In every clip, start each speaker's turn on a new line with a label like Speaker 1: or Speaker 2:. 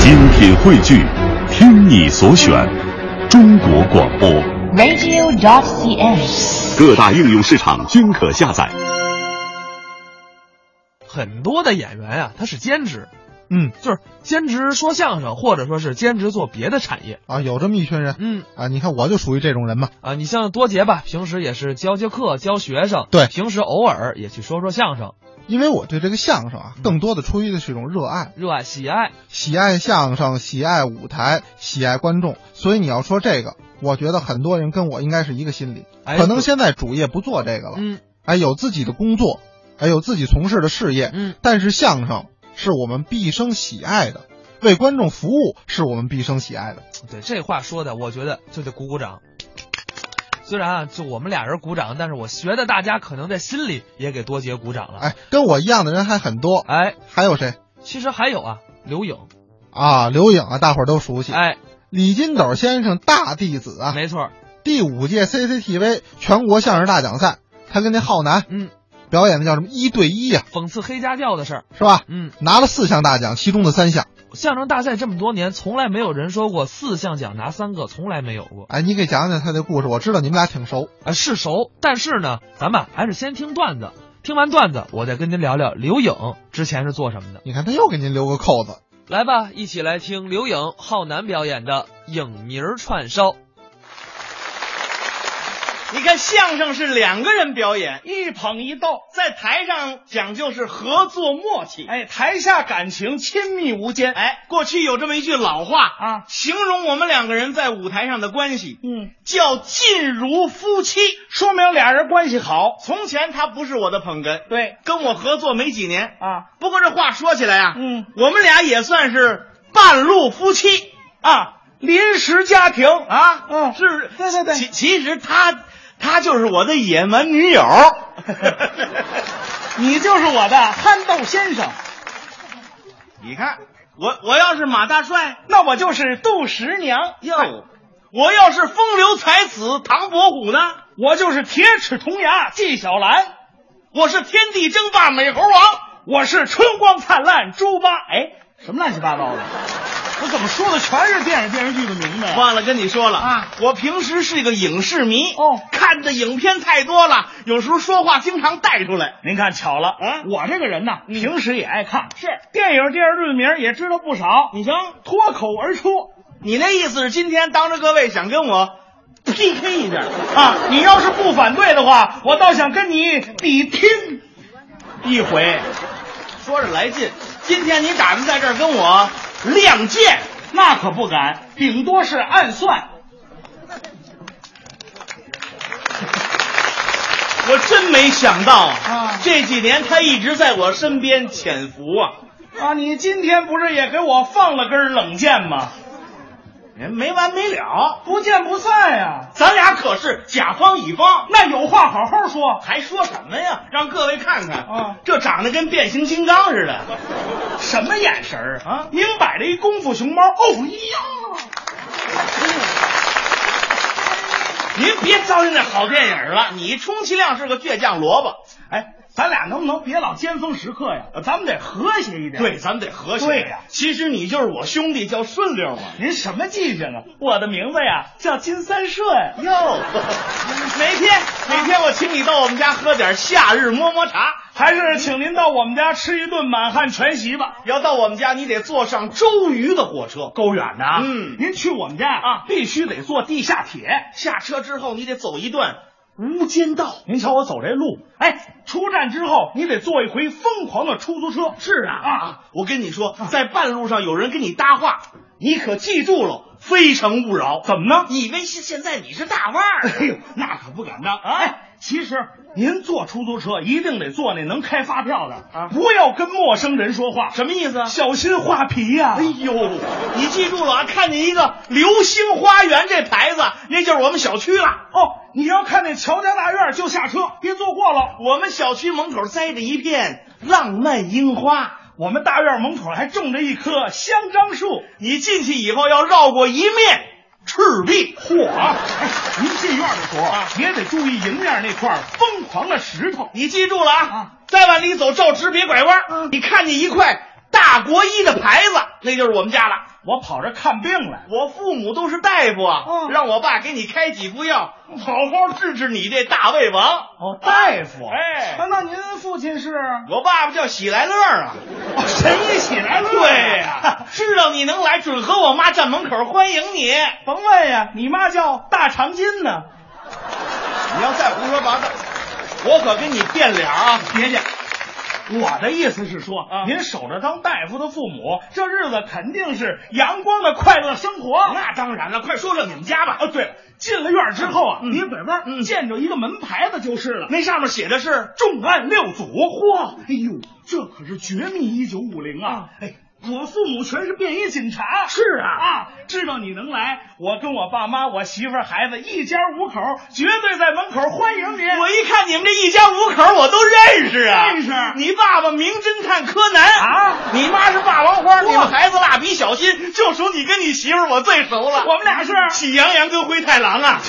Speaker 1: 精品汇聚，听你所选，中国广播。
Speaker 2: radio.cn。
Speaker 1: 各大应用市场均可下载。
Speaker 3: 很多的演员啊，他是兼职，
Speaker 4: 嗯
Speaker 3: 就是兼职说相声，或者说是兼职做别的产业。
Speaker 4: 啊，有这么一群人
Speaker 3: 嗯
Speaker 4: 啊，你看我就属于这种人嘛。
Speaker 3: 啊，你像多杰吧，平时也是教教课、教学生，
Speaker 4: 对
Speaker 3: 平时偶尔也去说说相声，
Speaker 4: 因为我对这个相声啊
Speaker 3: 嗯，
Speaker 4: 更多的出于的是一种热爱，
Speaker 3: 热爱喜爱。
Speaker 4: 喜爱相声，喜爱舞台，喜爱观众。所以你要说这个，我觉得很多人跟我应该是一个心理。
Speaker 3: 哎
Speaker 4: 可能现在主业不做这个了，
Speaker 3: 嗯
Speaker 4: 哎，有自己的工作，哎，有自己从事的事业，
Speaker 3: 嗯，
Speaker 4: 但是相声是我们毕生喜爱的，为观众服务是我们毕生喜爱的。
Speaker 3: 对，这话说的，我觉得就得鼓鼓掌。虽然啊，就我们俩人鼓掌，但是我觉得大家可能在心里也给多杰鼓掌了。
Speaker 4: 哎，跟我一样的人还很多，
Speaker 3: 哎，
Speaker 4: 还有谁
Speaker 3: 其实还有啊，刘颖，
Speaker 4: 啊？刘颖啊，大伙儿都熟悉。
Speaker 3: 哎，
Speaker 4: 李金斗先生大弟子啊，
Speaker 3: 没错儿，
Speaker 4: 第五届 CCTV 全国相声大奖赛，他跟那浩南
Speaker 3: 嗯，
Speaker 4: 表演的叫什么一对一呀、
Speaker 3: 讽刺黑家教的事儿，
Speaker 4: 是吧？
Speaker 3: 嗯，
Speaker 4: 拿了四项大奖，其中的三项，
Speaker 3: 相声大赛这么多年，从来没有人说过四项奖拿三个，从来没有过。
Speaker 4: 哎，你给讲讲他的故事，我知道你们俩挺熟。
Speaker 3: 啊，是熟，但是呢，咱们还是先听段子。听完段子，我再跟您聊聊刘颖之前是做什么的。
Speaker 4: 你看他又给您留个扣子，
Speaker 3: 来吧，一起来听刘颖、浩南表演的《影名儿串烧》。
Speaker 5: 你看，相声是两个人表演，一捧一逗，在台上讲究是合作默契，哎，台下感情亲密无间。哎，过去有这么一句老话啊，形容我们两个人在舞台上的关系，嗯，叫近如夫妻，说明俩人关系好。从前他不是我的捧哏，对，跟我合作没几年啊。不过这话说起来啊，嗯，我们俩也算是半路夫妻啊。临时家庭啊，嗯，是，对对对，其其实他她就是我的野蛮女 友，你就是我的憨豆先生。你看，我我要是马大帅，那我就是杜十娘哟。我要是风流才子唐伯虎呢，我就是铁齿铜牙纪晓岚。我是天地争霸美猴王，我是春光灿烂猪八。哎，什么乱七八糟的？我怎么说的全是电影电视剧的名字？忘了跟你说了啊！我平时是个影视迷哦，看的影片太多了，有时候说话经常带出来。您看巧了，嗯，我这个人呢，平时也爱看，是电影电视剧的名儿也知道不少。你行，脱口而出。你那意思是今天当着各位想跟我 PK 一下啊？你要是不反对的话，我倒想跟你比拼一回。说着来劲，今天你打算在这儿跟我亮剑？那可不敢，顶多是暗算。我真没想到啊！这几年他一直在我身边潜伏啊！啊，你今天不是也给我放了根冷箭吗？人没完没了，不见不散呀、咱俩可是甲方乙方，那有话好好说，还说什么呀？让各位看看啊，这长得跟变形金刚似的，什么眼神儿啊？明摆着一功夫熊猫。哦呀！您别糟践那好电影了，你充其量是个倔强萝卜。哎，咱俩能不能别老尖峰时刻呀？咱们得和谐一点。对，咱们得和谐。对呀、其实你就是我兄弟，叫顺溜嘛。您什么记性啊？我的名字呀叫金三顺。哟，哪天哪天我请你到我们家喝点夏日么么茶，还是请您到我们家吃一顿满汉全席吧。要到我们家，你得坐上周瑜的火车，够远的啊。嗯，您去我们家啊，必须得坐地下铁。下车之后，你得走一段无间道。您瞧我走这路，哎，出站之后你得坐一回疯狂的出租车。是啊，啊，我跟你说，在半路上有人跟你搭话，你可记住了。非诚勿扰，怎么呢？以为现现在你是大腕儿？哎呦，那可不敢当啊！哎，其实您坐出租车一定得坐那能开发票的啊，不要跟陌生人说话。什么意思啊？小心画皮呀、哎呦，你记住了啊！看见一个“流星花园”这牌子，那就是我们小区了。哦，你要看见乔家大院就下车，别坐过了。我们小区门口栽着一片浪漫樱花。我们大院门口还种着一棵香樟树，你进去以后要绕过一面赤壁。嚯、您进院的时候啊，也得注意迎面那块疯啊狂的石头。你记住了啊，再往里走，照直别拐弯。你看见一块。大国医的牌子，那就是我们家的。我跑这看病来，我父母都是大夫啊，
Speaker 2: 嗯
Speaker 5: 让我爸给你开几副药，好好治治你这大胃王。哦，大夫，哎，
Speaker 2: 啊那您父亲是？哦
Speaker 5: 我爸爸叫喜来乐啊，神医喜来
Speaker 2: 啊
Speaker 5: 乐。对呀、知道你能来，准和我妈站门口欢迎你。
Speaker 2: 甭问呀，你妈叫大长今呢。
Speaker 5: 你要再胡说八道，我可跟你变脸啊！
Speaker 2: 别介，我的意思是说，
Speaker 5: 啊
Speaker 2: 您守着当大夫的父母，这日子肯定是阳光的快乐生活。
Speaker 5: 那当然了，快说说你们家吧。
Speaker 2: 哦，对了，进了院儿之后啊，
Speaker 5: 嗯
Speaker 2: 你北边儿
Speaker 5: 嗯
Speaker 2: 见着一个门牌子就是了，
Speaker 5: 那上面写的是
Speaker 2: 重案六组。嚯，哎呦，这可是绝密一九五零啊！哎。我父母全是便衣警察，是啊啊！知道你能来，我跟我爸妈、我媳妇儿、孩子一家五口，绝对在门口欢迎您。
Speaker 5: 我一看你们这一家五口，我都认识啊！
Speaker 2: 认识
Speaker 5: 你爸爸名侦探柯南
Speaker 2: 啊
Speaker 5: 你妈是霸王花，
Speaker 2: 哇
Speaker 5: 你们孩子蜡笔小新，就属你跟你媳妇儿我最熟了。
Speaker 2: 我们俩是
Speaker 5: 喜羊羊跟灰太狼啊！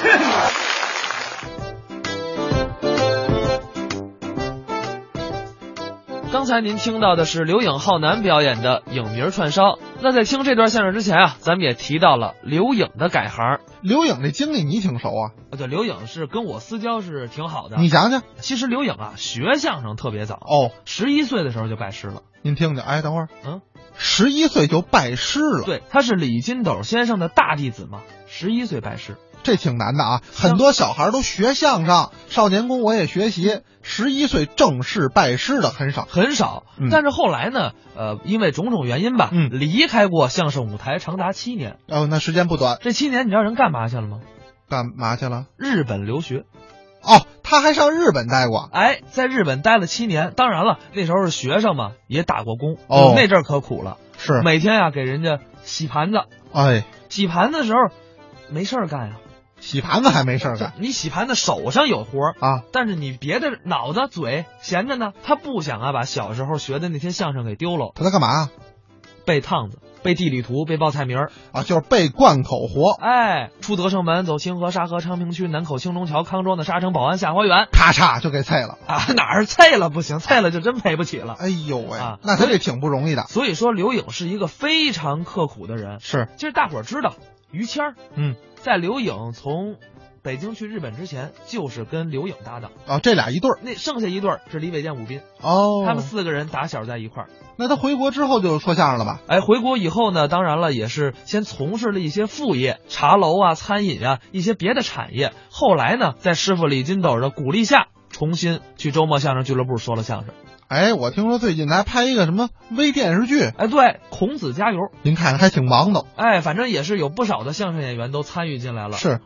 Speaker 3: 刚才您听到的是刘影浩南表演的影名串烧。那在听这段相声之前啊，咱们也提到了刘影的改行。
Speaker 4: 刘颖这经历你挺熟啊，
Speaker 3: 啊，对，刘影是跟我私交是啊挺好的。
Speaker 4: 你讲讲
Speaker 3: 其实刘影啊，学相声特别早，
Speaker 4: 哦。
Speaker 3: 十一岁的时候就拜师了。
Speaker 4: 您听听，哎，等会儿，
Speaker 3: 嗯，
Speaker 4: 十一岁就拜师了，
Speaker 3: 对，他是李金斗先生的大弟子嘛，十一岁拜师。
Speaker 4: 这挺难的啊。很多小孩都学相声，少年宫我也学
Speaker 3: 嗯
Speaker 4: 习，十一岁正式拜师的很少。
Speaker 3: 很少
Speaker 4: 嗯，
Speaker 3: 但是后来呢，呃，因为种种原因吧，
Speaker 4: 嗯
Speaker 3: 离开过相声舞台长达七年。
Speaker 4: 哦，那时间不短，
Speaker 3: 这七年你知道人干嘛去了吗？
Speaker 4: 干嘛去了？
Speaker 3: 日本留学，
Speaker 4: 哦，他还上日本待过。
Speaker 3: 哎，在日本待了七年。当然了，那时候是学生嘛，也打过工。
Speaker 4: 哦
Speaker 3: 那阵儿可苦了，
Speaker 4: 是，
Speaker 3: 每天啊呀、给人家洗盘子，
Speaker 4: 哎，
Speaker 3: 洗盘子的时候没事儿干呀、啊
Speaker 4: 洗盘子还没事儿干
Speaker 3: 你洗盘子手上有活儿，
Speaker 4: 啊？
Speaker 3: 但是你别的脑子嘴闲着呢。他不想啊，把小时候学的那些相声给丢了，
Speaker 4: 他在干嘛
Speaker 3: 背趟子，背地理图，背报菜名儿。
Speaker 4: 啊？就是背贯口活，
Speaker 3: 哎，出德胜门，走清河、沙河、昌平区、南口、兴隆桥、康庄的沙城、宝安、下花园
Speaker 4: 咔嚓就给碎了。
Speaker 3: 啊，哪儿菜了不行，菜了就真赔不起了。
Speaker 4: 哎呦喂，
Speaker 3: 啊
Speaker 4: 那他这挺不容易的。
Speaker 3: 所以说，刘颖是一个非常刻苦的人。
Speaker 4: 是，
Speaker 3: 其实大伙儿知道，于谦儿，
Speaker 4: 嗯，
Speaker 3: 在刘颖从北京去日本之前，就是跟刘颖搭档。
Speaker 4: 哦，这俩一对儿
Speaker 3: 那剩下一对儿是李伟健、武斌，
Speaker 4: 哦。
Speaker 3: 他们四个人打小在一块儿。
Speaker 4: 那他回国之后就说相声了吧？
Speaker 3: 哎，回国以后呢，当然了，也是先从事了一些副业，茶楼啊、餐饮啊，一些别的产业。后来呢，在师傅李金斗的鼓励下，重新去周末相声俱乐部说了相声。
Speaker 4: 哎，我听说最近还拍一个什么微电视剧，
Speaker 3: 哎，对，孔子加油！
Speaker 4: 您看还挺忙的。
Speaker 3: 哎，反正也是有不少的相声演员都参与进来了。
Speaker 4: 是，